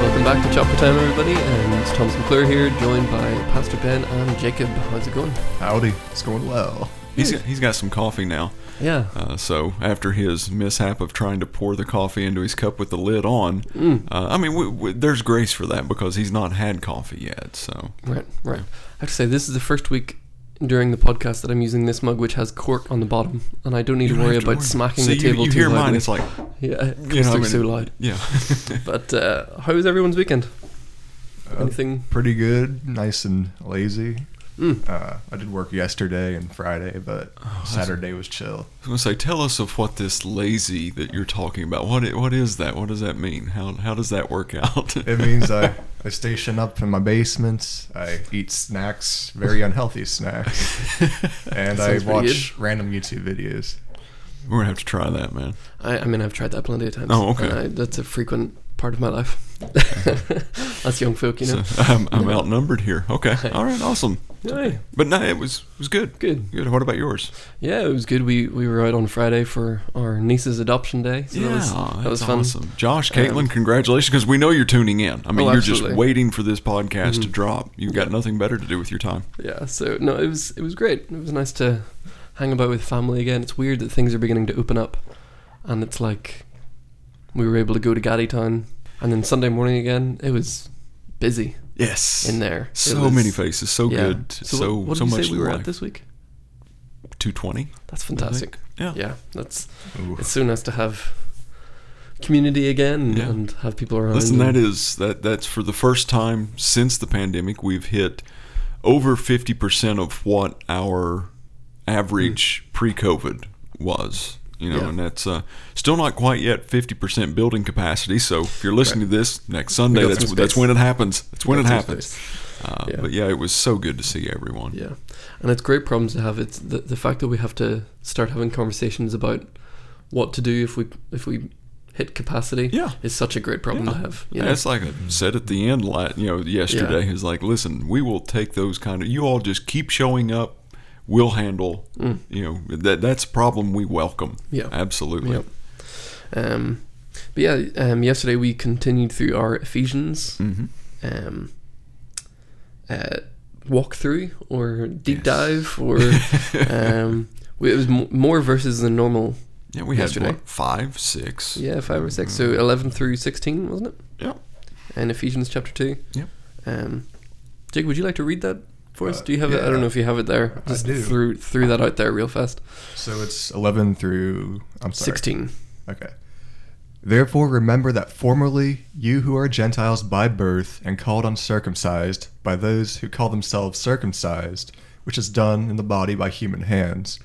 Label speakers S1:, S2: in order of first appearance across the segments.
S1: Welcome back to Chopper Time, everybody. And it's Thomas McClure here, joined by Pastor Ben and Jacob. How's it going?
S2: Howdy, it's going well.
S3: He's got, he's got some coffee now.
S1: Yeah.
S3: Uh, so after his mishap of trying to pour the coffee into his cup with the lid on,
S1: Mm,
S3: uh, I mean, we, we, there's grace for that because he's not had coffee yet. So
S1: Right, right. I have to say, this is the first week during the podcast that I'm using this mug, which has cork on the bottom, and I don't need to
S3: don't
S1: worry
S3: have to
S1: about
S3: worry.
S1: smacking
S3: See,
S1: the table
S3: you, you
S1: too
S3: hear
S1: loudly.
S3: mine, it's like
S1: yeah, it comes
S3: you know, I
S1: through
S3: mean,
S1: so loud.
S3: Yeah,
S1: But uh, how was everyone's weekend?
S2: Uh,
S1: Anything?
S2: Pretty good, nice and lazy.
S1: Mm.
S2: Uh, I did work yesterday and Friday, but
S1: Oh,
S2: Saturday was chill.
S3: I was gonna say, tell us of what this lazy that you're talking about. What i- what is that? What does that mean? How how does that work out?
S2: It means I, I station up in my basement. I eat snacks, very unhealthy snacks, and I
S1: Sounds pretty
S2: watch random YouTube videos.
S3: We're gonna have to try that, man.
S1: I, I mean, I've tried that plenty of times.
S3: Oh, okay.
S1: and I, that's a frequent part of my life. That's young folk, you know.
S3: So I'm, I'm outnumbered here. Okay, all right, awesome.
S1: Aye.
S3: But no, it was it was good.
S1: Good.
S3: Good. What about yours?
S1: Yeah, it was good. We we were out on Friday for our niece's adoption day. So that was,
S3: Aw,
S1: that was
S3: that's
S1: fun. Um,
S3: Awesome. Josh, Caitlin, congratulations because we know you're tuning in. I mean,
S1: Oh, absolutely.
S3: you're
S1: Mm-hmm.
S3: just waiting for this podcast to drop. You've got nothing better to do with your time.
S1: Yeah, so no, it was it was great. It was nice to hang about with family again. It's weird that things are beginning to open up, and it's like we were able to go to Gaddy Town, and then Sunday morning again. It was busy
S3: Yes.
S1: in there. It
S3: so
S1: was-
S3: many faces, so
S1: yeah.
S3: good, so so,
S1: what, what did you
S3: much
S1: say we were
S3: life.
S1: at this week?
S3: 220.
S1: That's fantastic.
S3: Yeah.
S1: Yeah, that's
S2: Ooh.
S1: it's so nice to have community again
S3: Yeah.
S1: and have people around.
S3: Listen,
S1: and-
S3: that is that that's for the first time since the pandemic we've hit over 50% of what our average pre-COVID was. You know,
S1: Hmm. Yeah.
S3: and that's uh, still not quite yet 50% building capacity. So if you're listening to this next Sunday,
S1: got
S3: that's
S1: some
S3: that's
S1: space.
S3: when it happens. That's when it
S1: That's
S3: happens. Uh,
S1: Yeah.
S3: But yeah, it was so good to see everyone.
S1: Yeah, and it's great problems to have. It's the, the fact that we have to start having conversations about what to do if we if we hit capacity.
S3: Yeah.
S1: is such a great problem to have. you
S3: Yeah,
S1: know?
S3: it's like I said at the end, la- you know, yesterday is like, listen, we will take those kind of. You all just keep showing up. We'll handle. You know that that's a problem we welcome.
S1: Mm. Yeah.
S3: absolutely.
S1: Yep. Um, but yeah, um, yesterday we continued through our Ephesians
S3: hmm
S1: um, uh, walkthrough or deep
S3: Yes.
S1: dive, or um, we- it was m- more verses than normal.
S3: Yeah, we had
S1: Yesterday.
S3: what, five, six.
S1: Yeah, five or six. So eleven through sixteen, wasn't it?
S3: Yeah.
S1: and Ephesians chapter 2.
S3: Yep.
S1: Um, Jake, would you like to read that for us?
S2: Uh,
S1: Do you have it? I don't
S2: yeah.
S1: know if you have it there.
S2: I
S1: Just
S2: do.
S1: Threw, threw that out there real fast.
S2: So it's 11 through I'm sorry.
S1: 16.
S2: Okay. Therefore, remember that formerly you who are Gentiles by birth and called uncircumcised by those who call themselves circumcised, which is done in the body by human hands.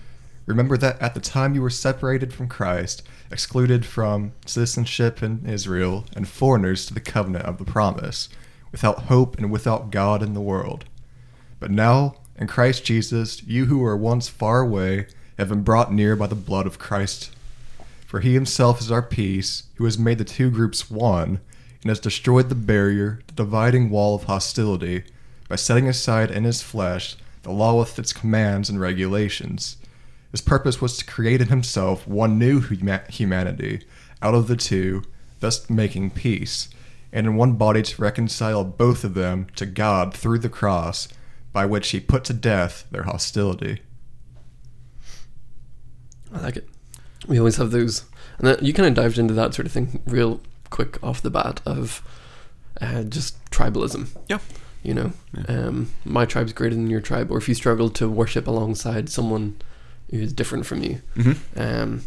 S2: Remember that at the time you were separated from Christ, excluded from citizenship in Israel, and foreigners to the covenant of the promise, without hope and without God in the world. But now, in Christ Jesus, you who were once far away have been brought near by the blood of Christ for he himself is our peace, who has made the two groups one, and has destroyed the barrier, the dividing wall of hostility, by setting aside in his flesh the law with its commands and regulations. His purpose was to create in himself one new huma- humanity out of the two, thus making peace, and in one body to reconcile both of them to God through the cross, by which he put to death their hostility.
S1: I like it. We always have those. And that, you kind of dived into that sort of thing real quick off the bat of uh, just tribalism.
S3: Yeah.
S1: You know,
S3: Yeah.
S1: um, my tribe's greater than your tribe, or if you struggle to worship alongside someone who is different from you.
S3: hmm
S1: Um,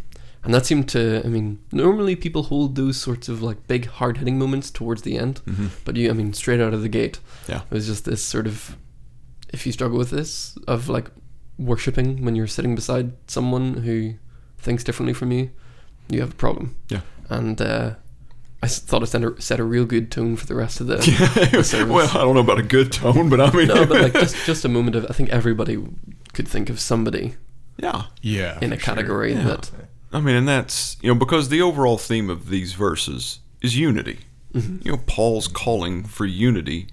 S1: and that seemed to, I mean, normally people hold those sorts of like big hard hitting moments towards the end.
S3: hmm
S1: But you, I mean, straight out of the gate,
S3: Yeah.
S1: it was just this sort of, if you struggle with this, of like worshiping when you're sitting beside someone who thinks differently from you, you have a problem.
S3: Yeah.
S1: And uh, I s- thought it set a, set a real good tone for the rest of the. service.
S3: Mm-hmm. well, I don't know about a good tone, but I mean,
S1: No, but like just just a moment of, I think everybody could think of somebody
S3: yeah.
S2: Yeah.
S1: in a category
S3: Yeah.
S1: that.
S3: I mean, and that's you know because the overall theme of these verses is unity.
S1: Mm-hmm.
S3: You know, Paul's calling for unity,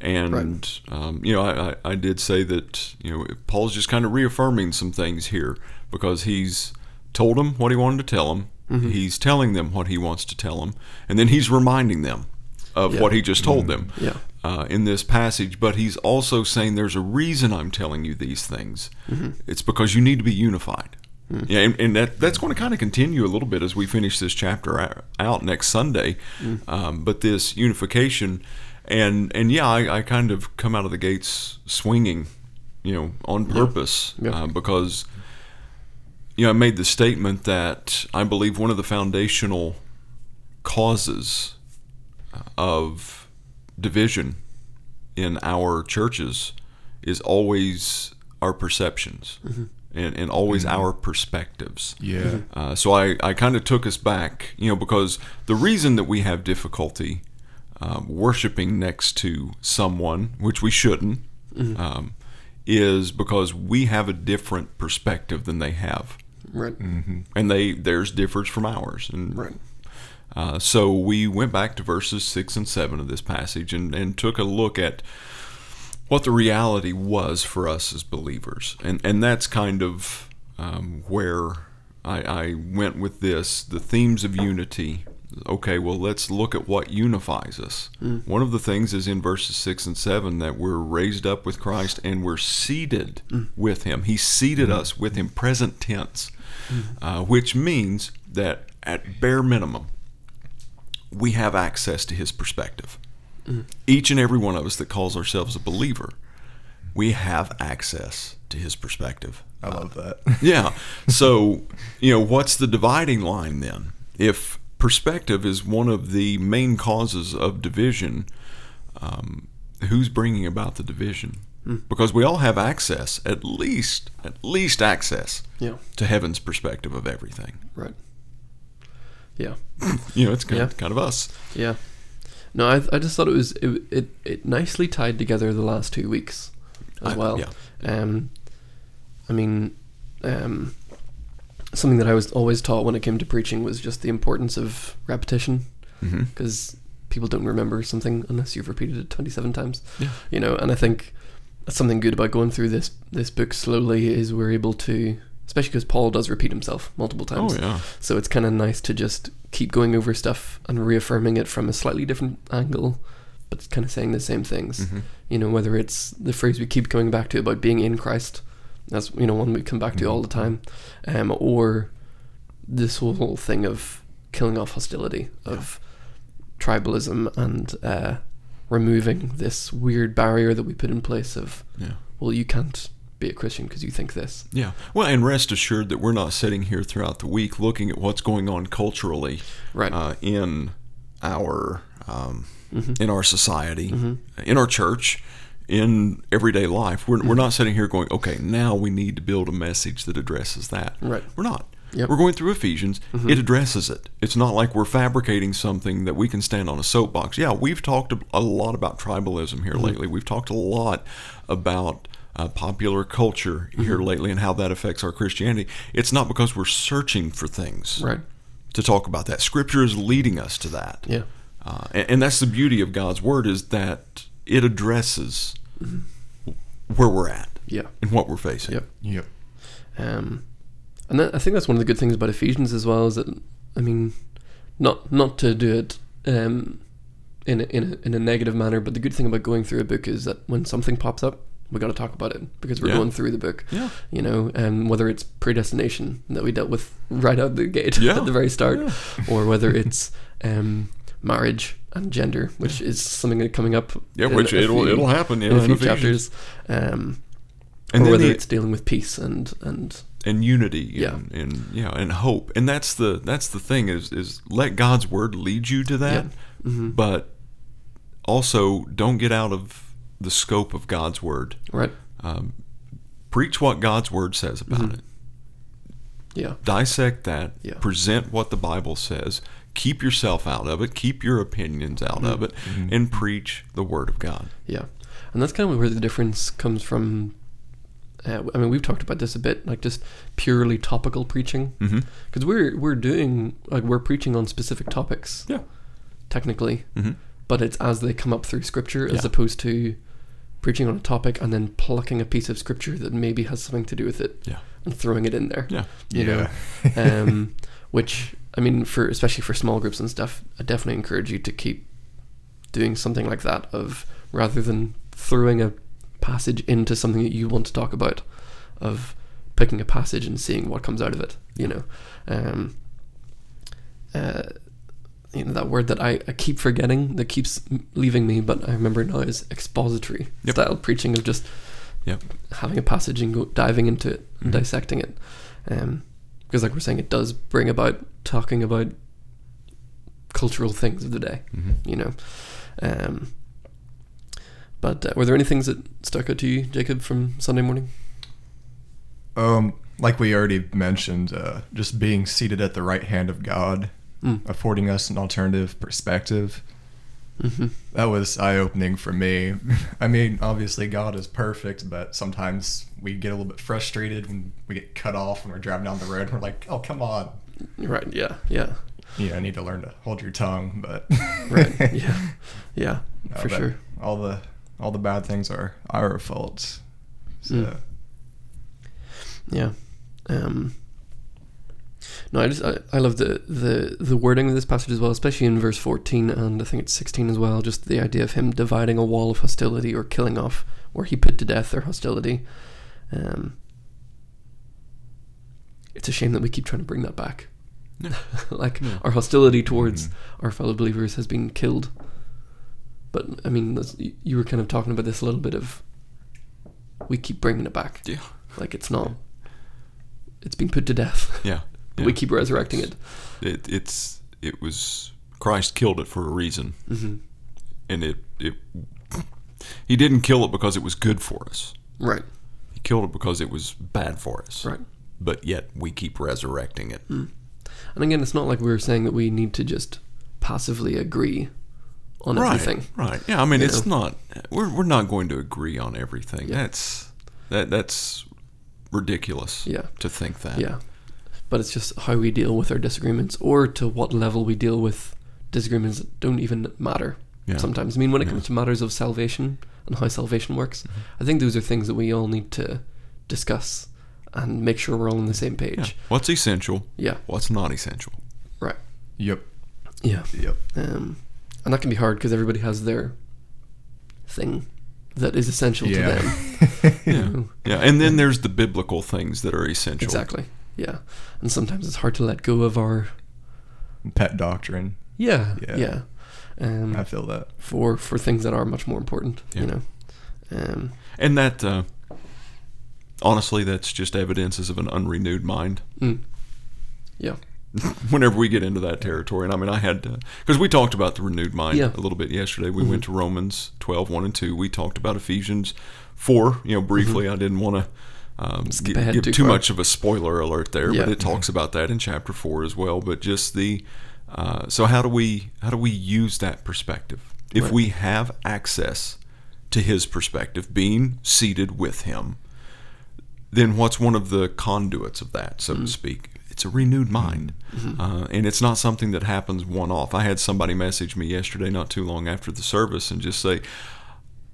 S3: and um, you know, I, I, I did say that you know Paul's just kind of reaffirming some things here because he's told them
S1: Mm-hmm.
S3: what he wanted to tell them. He's telling them what he wants to tell them, and then he's reminding them. of
S1: Yeah. Mm-hmm.
S3: what he just told them
S1: Yeah.
S3: uh, in this passage, but he's also saying there's a reason I'm telling you these things.
S1: Mm-hmm.
S3: It's because you need to be unified.
S1: Mm.
S3: Yeah, and, and that that's going to kind of continue a little bit as we finish this chapter o- out next Sunday.
S1: Mm.
S3: Um, but this unification, and and yeah, I, I kind of come out of the gates swinging, you know, on purpose
S1: Yeah.
S3: Uh, because you know I made the statement that I believe one of the foundational causes uh, of division in our churches is always our perceptions and, and always our perspectives.
S2: Yeah.
S3: Uh, so I, I kind of took us back, you know, because the reason that we have difficulty um, worshiping next to someone, which we shouldn't, um, is because we have a different perspective than they have.
S1: Right.
S3: And they theirs differs from ours. And
S1: Right.
S3: uh, so we went back to verses 6 and 7 of this passage and, and took a look at what the reality was for us as believers. And, and that's kind of um, where I, I went with this the themes of unity. Okay, well, let's look at what unifies us. One of the things is in verses 6 and 7 that we're raised up with Christ and we're seated with Him. He seated us with Him, present tense, uh, which means that at bare minimum, we have access to his perspective. Each and every one of us that calls ourselves a believer, we have access to his perspective.
S2: I love that.
S3: Yeah. So, you know, what's the dividing line then? If perspective is one of the main causes of division, um, who's bringing about the division? Because we all have access, at least, at least access
S1: Yeah.
S3: to heaven's perspective of everything.
S1: Right. Yeah.
S3: You know, it's kind,
S1: Yeah.
S3: kind of us.
S1: Yeah. No, I, I just thought it was it, it it nicely tied together the last two weeks as
S3: I-
S1: well.
S3: yeah.
S1: Um, I mean, um, something that I was always taught when it came to preaching was just the importance of repetition
S3: Mm-hmm.
S1: because people don't remember something unless you've repeated it 27 times.
S3: Yeah.
S1: You know, and I think that's something good about going through this this book slowly is we're able to especially because Paul does repeat himself multiple times.
S3: Oh, yeah.
S1: So it's kind of nice to just keep going over stuff and reaffirming it from a slightly different angle, but kind of saying the same things.
S3: Mhm.
S1: You know, whether it's the phrase we keep coming back to about being in Christ, that's you know one we come back to all the time, um, or this whole thing of killing off hostility of tribalism and uh, removing this weird barrier that we put in place of
S3: Yeah.
S1: well you can't be a Christian because you think this.
S3: Yeah. Well, and rest assured that we're not sitting here throughout the week looking at what's going on culturally
S1: Right.
S3: uh, in our um,
S1: Mm-hmm.
S3: in our society, in our church, in everyday life. We're,
S1: Mm-hmm.
S3: we're not sitting here going, okay, now we need to build a message that addresses that.
S1: Right.
S3: We're not.
S1: Yep. Mm-hmm.
S3: We're going through Ephesians. It addresses it. It's not like we're fabricating something that we can stand on a soapbox. Yeah, we've talked a- a lot about tribalism
S1: Mm-hmm.
S3: here lately. We've talked a lot about uh, popular culture here
S1: Mm-hmm.
S3: lately and how that affects our Christianity. It's not because we're searching for things
S1: Right.
S3: to talk about that. Scripture is leading us to that.
S1: Yeah.
S3: Uh, and, and that's the beauty of God's word is that it addresses where we're at
S1: Yeah.
S3: and what we're facing.
S1: Mm-hmm. Yep.
S2: yep.
S1: Um, and that, I think that's one of the good things about Ephesians as well is that I mean, not not to do it um, in a, in a, in a negative manner, but the good thing about going through a book is that when something pops up, we got to talk about it because we're
S3: Yeah.
S1: going through the book.
S3: Yeah.
S1: You know, and whether it's predestination that we dealt with right out the gate
S3: Yeah.
S1: at the very start,
S3: Yeah.
S1: or whether it's um, marriage and gender, which is something that coming up.
S3: Yeah,
S1: in
S3: which
S1: a
S3: it'll
S1: few-
S3: it'll happen yeah,
S1: in a few
S3: Ephesians.
S1: chapters. Um,
S3: And
S1: or
S3: then
S1: whether
S3: the-
S1: it's dealing with peace and and
S3: and unity
S1: Yeah.
S3: and, and yeah and hope and that's the that's the thing is is let god's word lead you to that
S1: Mm-hmm.
S3: but also don't get out of the scope of god's word Um,
S1: right.
S3: preach what god's word says about it
S1: Yeah.
S3: dissect that
S1: Mm-hmm. Yeah.
S3: present what the bible says keep yourself out of it keep your opinions
S1: Mm-hmm.
S3: out of it and preach the word of god
S1: Yeah, and that's kind of where the difference comes from. Uh, I mean, we've talked about this a bit, like just purely topical preaching,
S3: Mm-hmm.
S1: because we're we're doing like we're preaching on specific topics
S3: yeah Mm-hmm.
S1: technically, but it's as they come up through scripture as
S3: Yeah.
S1: opposed to preaching on a topic and then plucking a piece of scripture that maybe has something to do with it
S3: yeah
S1: and throwing it in there.
S3: yeah
S1: you know, um, which I mean, for especially for small groups and stuff, I definitely encourage you to keep doing something like that of rather than throwing a passage into something that you want to talk about, of picking a passage and seeing what comes out of it. You know, um, uh, you know that word that I, I keep forgetting that keeps m- leaving me, but I remember now is expository
S3: Yep.
S1: style preaching of just
S3: Yep. Mm-hmm.
S1: having a passage and go diving into it, and dissecting it, um, because like we're saying, it does bring about talking about cultural things of the day. You know. Um, but uh, were there any things that stuck out to you, Jacob, from Sunday morning?
S2: Um, like we already mentioned, uh, just being seated at the right hand of God,
S1: Mm.
S2: affording us an alternative perspective.
S1: Mm-hmm.
S2: That was eye opening for me. I mean, obviously, God is perfect, but sometimes we get a little bit frustrated when we get cut off when we're driving down the road. we're like, oh, come on.
S1: Right. Yeah. Yeah.
S2: You know, I need to learn to hold your tongue, but.
S1: Right. yeah. Yeah.
S2: No,
S1: for
S2: but
S1: sure.
S2: All the all the bad things are our faults. So,
S1: Mm. Yeah. Um, no, I just I, I love the, the the wording of this passage as well, especially in verse fourteen and I think it's sixteen as well. Just the idea of him dividing a wall of hostility or killing off where he put to death their hostility. Um, it's a shame that we keep trying to bring that back.
S3: Yeah.
S1: like
S3: Yeah. Mm-hmm.
S1: our hostility towards our fellow believers has been killed. But I mean, that's, y- you were kind of talking about this a little bit of we keep bringing it back.
S3: Yeah.
S1: Like it's not. It's been put to death.
S3: Yeah.
S1: But
S3: yeah.
S1: We keep resurrecting it.
S3: it, it's it was Christ killed it for a reason,
S1: hmm
S3: and it it he didn't kill it because it was good for us.
S1: Right.
S3: He killed it because it was bad for us.
S1: Right. Mm-hmm.
S3: But yet we keep resurrecting it.
S1: And again, it's not like we're saying that we need to just passively agree on everything.
S3: Right. Yeah. I mean,
S1: You
S3: it's not. We're, we're not going to agree on everything. That's that that's ridiculous.
S1: Yeah.
S3: To think that.
S1: Yeah. But it's just how we deal with our disagreements or to what level we deal with disagreements that don't even matter
S3: Yeah. Mm-hmm.
S1: sometimes. I mean, when it comes to matters of salvation and how salvation works, I think those are things that we all need to discuss and make sure we're all on the same
S3: Yeah.
S1: page.
S3: What's essential?
S1: Yeah.
S3: What's not essential?
S1: Right.
S2: yep,
S1: Yeah.
S2: yep.
S1: Um, and that can be hard because everybody has their thing that is essential to them.
S3: Yeah. yeah. And then there's the biblical things that are essential.
S1: Exactly. Yeah. And sometimes it's hard to let go of our.
S2: Pet doctrine.
S1: Yeah. Yeah.
S2: Yeah.
S1: Um,
S2: I feel that.
S1: for for things that are much more important. You
S3: Yeah.
S1: know. Um,
S3: And that, uh, honestly, that's just evidences of an unrenewed mind.
S1: mm. yeah.
S3: Whenever we get into that territory, and I mean, I had because we talked about the renewed mind
S1: Yeah. Mm-hmm.
S3: a little bit yesterday. We went to Romans 12, 1 and two. We talked about Ephesians four. You know, briefly. I didn't want to. Um, gi-
S1: Mm-hmm. ahead
S3: give
S1: too
S3: too,
S1: far.
S3: much of a spoiler alert there,
S1: Yeah.
S3: but it talks about that in chapter four as well. But just the uh, so how do we how do we use that perspective if
S1: Right.
S3: we have access to his perspective, being seated with him? then what's one of the conduits of that, so to
S1: Mm.
S3: speak? It's a renewed
S1: Mm-hmm.
S3: mind. Uh, and it's not something that happens one off. I had somebody message me yesterday, not too long after the service, and just say,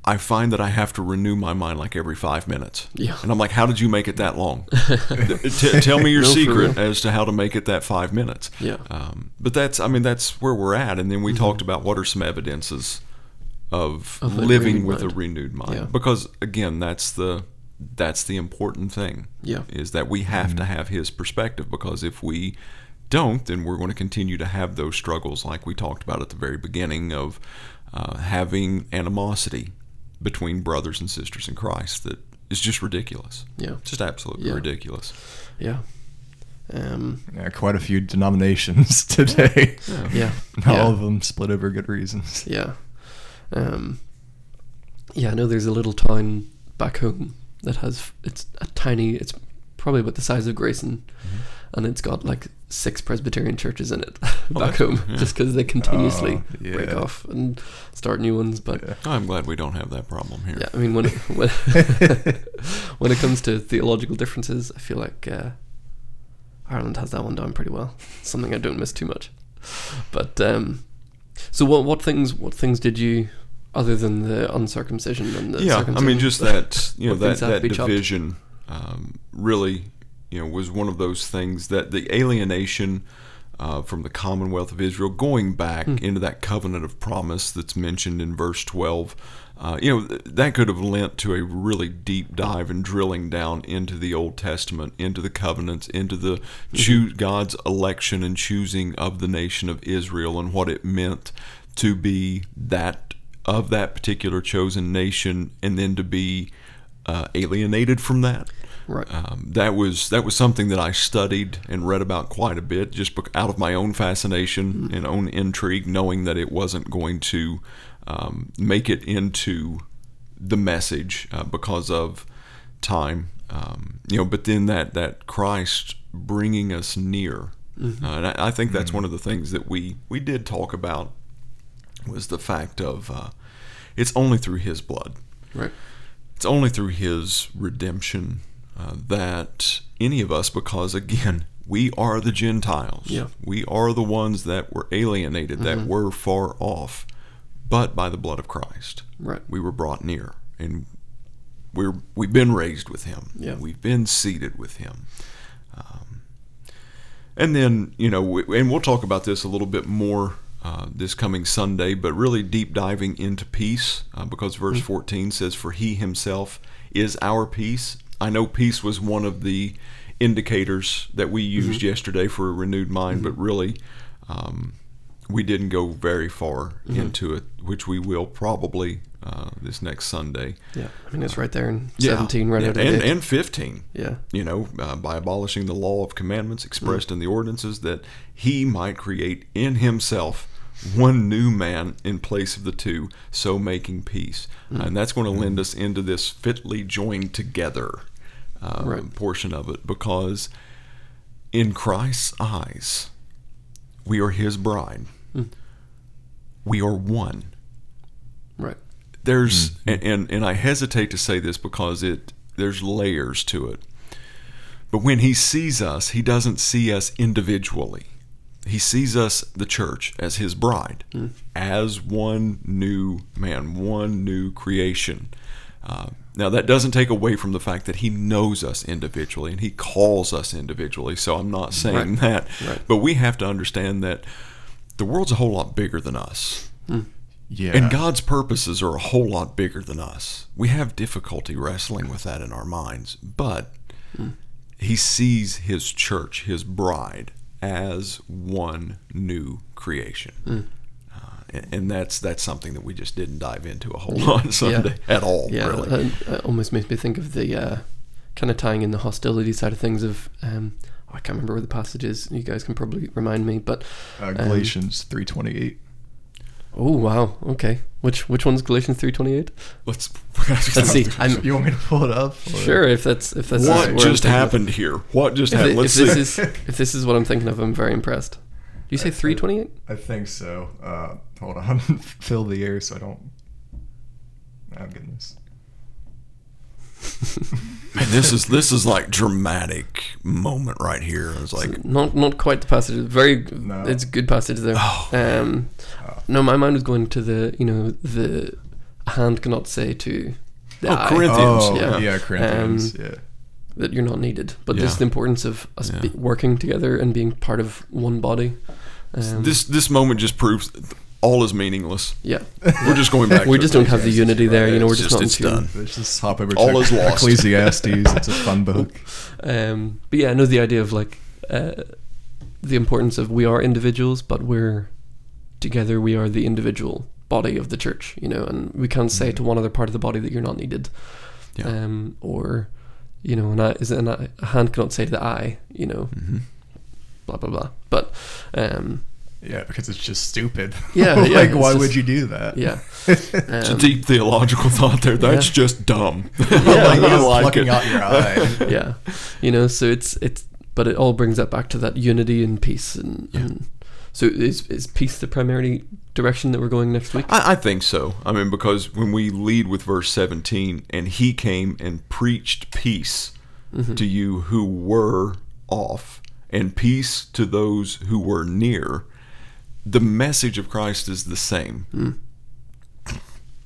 S3: I find that I have to renew my mind like every five minutes.
S1: Yeah.
S3: And I'm like, how did you make it that long? T- tell me your
S1: No, for
S3: secret
S1: real.
S3: as to how to make it that five minutes.
S1: Yeah. Mm-hmm.
S3: Um, but that's, I mean, that's where we're at. And then we talked about what are some evidences of,
S1: Of a renewed
S3: living with
S1: mind.
S3: a renewed mind.
S1: Yeah.
S3: Because again, that's the that's the important thing
S1: Yeah.
S3: is that we have
S1: Mm-hmm.
S3: to have his perspective because if we don't, then we're going to continue to have those struggles like we talked about at the very beginning of uh, having animosity between brothers and sisters in Christ that is just ridiculous.
S1: Yeah.
S3: Just absolutely
S1: Yeah.
S3: ridiculous.
S1: Yeah. Um,
S2: Yeah, quite a few denominations today.
S1: yeah.
S2: Not
S1: yeah.
S2: All of them split over good reasons.
S1: Yeah. Um, yeah, I know there's a little town back home that has, it's a tiny, it's probably about the size of Grayson, and it's got like six Presbyterian churches in it back
S3: that's-
S1: home,
S3: yeah.
S1: just because they continuously
S2: Oh,
S1: break
S2: yeah.
S1: off and start new ones. But yeah,
S2: Yeah.
S3: I'm glad we don't have that problem here.
S1: I mean, when, when, when it comes to theological differences, I feel like uh, Ireland has that one down pretty well. Something I don't miss too much. But um, so what? What things? What things did you, other than the uncircumcision and the
S3: yeah, I
S1: circumcision?
S3: mean, just that you know
S1: What
S3: that
S1: things have to
S3: that
S1: be chopped?
S3: division um, really you know was one of those things that the alienation uh, from the Commonwealth of Israel, going back into that covenant of promise that's mentioned in verse 12. Uh, you know, th- that could have lent to a really deep dive and drilling down into the Old Testament, into the covenants, into the choo- God's election and choosing of the nation of Israel and what it meant to be that of that particular chosen nation and then to be uh, alienated from that.
S1: Right.
S3: Um, that was that was something that I studied and read about quite a bit, just bec- out of my own fascination
S1: Mm-hmm.
S3: and own intrigue, knowing that it wasn't going to um, make it into the message uh, because of time. Um, you know, but then that that Christ bringing us near,
S1: Mm-hmm.
S3: uh, and I, I think that's one of the things that we we did talk about was the fact of uh, it's only through His blood
S1: Right.
S3: it's only through his redemption uh, that any of us, because again, we are the Gentiles.
S1: Yeah.
S3: We are the ones that were alienated, that were far off. But by the blood of Christ,
S1: Right.
S3: we were brought near and we're, we've been raised with him.
S1: Yeah.
S3: We've been seated with him. Um, and then, you know, we, and we'll talk about this a little bit more uh, this coming Sunday, but really deep diving into peace uh, because verse 14 says, For he himself is our peace. I know peace was one of the indicators that we used yesterday for a renewed mind, but really, um, we didn't go very far into it, which we will probably uh, this next Sunday.
S1: Yeah. I mean, it's right there in
S3: uh, Yeah.
S1: 17, right
S3: yeah.
S1: out of
S3: and,
S1: it.
S3: and 15
S1: Yeah.
S3: you know, uh, by abolishing the law of commandments expressed in the ordinances, that he might create in himself one new man in place of the two, so making peace. And that's going to lend us into this fitly joined together uh,
S1: Right.
S3: portion of it, because in Christ's eyes, we are his bride, we are one
S1: Right.
S3: there's
S1: Mm-hmm.
S3: and, and and I hesitate to say this because it there's layers to it. But when he sees us, he doesn't see us individually. He sees us the church as his bride,
S1: Mm.
S3: as one new man, one new creation. Uh, now that doesn't take away from the fact that he knows us individually and he calls us individually. So I'm not saying that,
S1: Right.
S3: but we have to understand that the world's a whole lot bigger than us.
S2: Yeah.
S3: And God's purposes are a whole lot bigger than us. We have difficulty wrestling with that in our minds, but
S1: Hmm.
S3: He sees His church, His bride, as one new creation.
S1: Hmm.
S3: Uh, and, and that's that's something that we just didn't dive into a whole lot on Sunday at all,
S1: Yeah, Uh,
S3: really.
S1: that, that almost makes me think of the uh, kind of tying in the hostility side of things. Of um, oh, I can't remember where the passage is. You guys can probably remind me. But um,
S2: uh, Galatians 3:28.
S1: oh wow, okay. Which which one's Galatians three twenty eight?
S3: Let's,
S1: Let's see. I'm
S2: You want me to pull it up? or-
S1: sure if that's if that's where I'm
S3: What just
S1: thinking of-
S3: happened here? What just
S1: If,
S3: happened?
S1: it- if
S3: Let's see. Uh,
S1: this is if this is what I'm thinking of, I'm very impressed. Do you say three twenty eight?
S2: I think so. Uh, hold on. Fill the air so I don't. Oh goodness.
S3: Man, this is this is like dramatic moment right here. It's like
S1: Not not quite the passage. It's Very,
S2: No. Oh.
S1: it's a good passage there.
S3: Oh.
S1: um, no, my mind was going to the you know the hand cannot say to the
S3: Oh,
S1: eye
S3: Corinthians.
S2: Oh
S1: yeah. Um,
S2: yeah, Corinthians. yeah.
S1: that you're not needed, but just
S3: Yeah.
S1: the importance of us
S3: Yeah.
S1: be- working together and being part of one body. Um,
S3: This this moment just proves that all is meaningless.
S1: yeah,
S3: We're just going back.
S1: we
S3: to
S1: just
S3: it.
S1: don't have the unity there. You know, we're
S3: It's
S1: just,
S3: just-
S1: not in
S3: it's
S1: tune.
S3: done.
S2: Let's just hop over
S3: All
S2: to
S3: is lost.
S2: Ecclesiastes. it's a fun book.
S1: Um, but yeah, I know the idea of like uh, the importance of we are individuals, but we're together. We are the individual body of the church, you know, and we can't say to one other part of the body that you're not needed,
S3: Yeah.
S1: um, or you know, an eye is an eye, a hand cannot say to the eye, you know,
S3: Mhm.
S1: blah blah blah. But um,
S2: Yeah, because it's just stupid.
S1: Yeah,
S2: like
S1: yeah, it's
S2: why
S1: just-
S2: would you do that?
S1: yeah,
S3: It's
S1: Um,
S3: a deep theological thought there. That's just dumb.
S2: like,
S3: I
S2: you're just
S3: like
S2: plucking
S3: it.
S2: out your eye.
S1: yeah, you know, so it's it's, but it all brings that back to that unity and peace and.
S3: Yeah.
S1: and so is, is peace the primary direction that we're going next week?
S3: I, I think so. I mean, because when we lead with verse 17, and he came and preached peace
S1: Mm-hmm.
S3: to you who were off, and peace to those who were near, the message of Christ is the same.
S1: Hmm.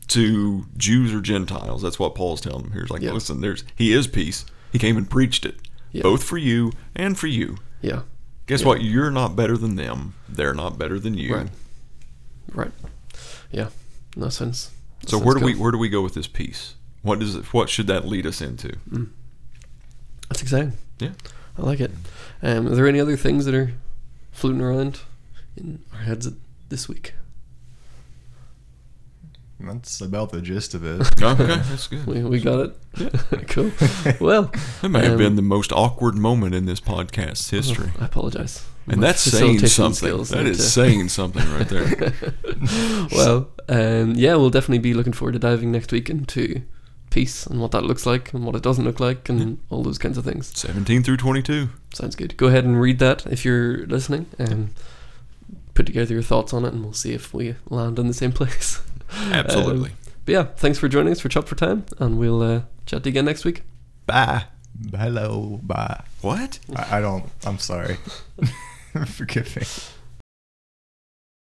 S3: To Jews or Gentiles, that's what Paul's telling them here. He's like,
S1: Yeah.
S3: listen, there's he is peace. He came and preached it,
S1: Yeah.
S3: both for you and for you.
S1: Yeah.
S3: Guess what? You're not better than them. They're not better than you.
S1: Right. Right. Yeah. No sense. no
S3: So
S1: sense
S3: where do we
S1: going.
S3: where do we go with this piece? What does it? What should that lead us into?
S1: That's exciting.
S3: Yeah.
S1: I like it. Um, are there any other things that are floating around in our heads this week?
S2: That's about the gist of it.
S3: Okay, that's good.
S1: We, we got it. cool. Well,
S3: That may have
S1: Um,
S3: been the most awkward moment in this podcast's history,
S1: I apologize.
S3: and
S1: My
S3: that's saying
S1: facilitation
S3: something.
S1: skills
S3: That
S1: need
S3: is
S1: to-
S3: saying something right there.
S1: well, um, yeah, we'll definitely be looking forward to diving next week into peace and what that looks like and what it doesn't look like and all those kinds of things.
S3: Seventeen through twenty-two.
S1: Sounds good. Go ahead and read that if you're listening and put together your thoughts on it, and we'll see if we land in the same place.
S3: Absolutely.
S1: But yeah, thanks for joining us for Chop for Time, and we'll uh, chat to you again next week.
S3: Bye.
S2: Hello, bye.
S3: What?
S2: I, I don't. I'm sorry. Forgive me.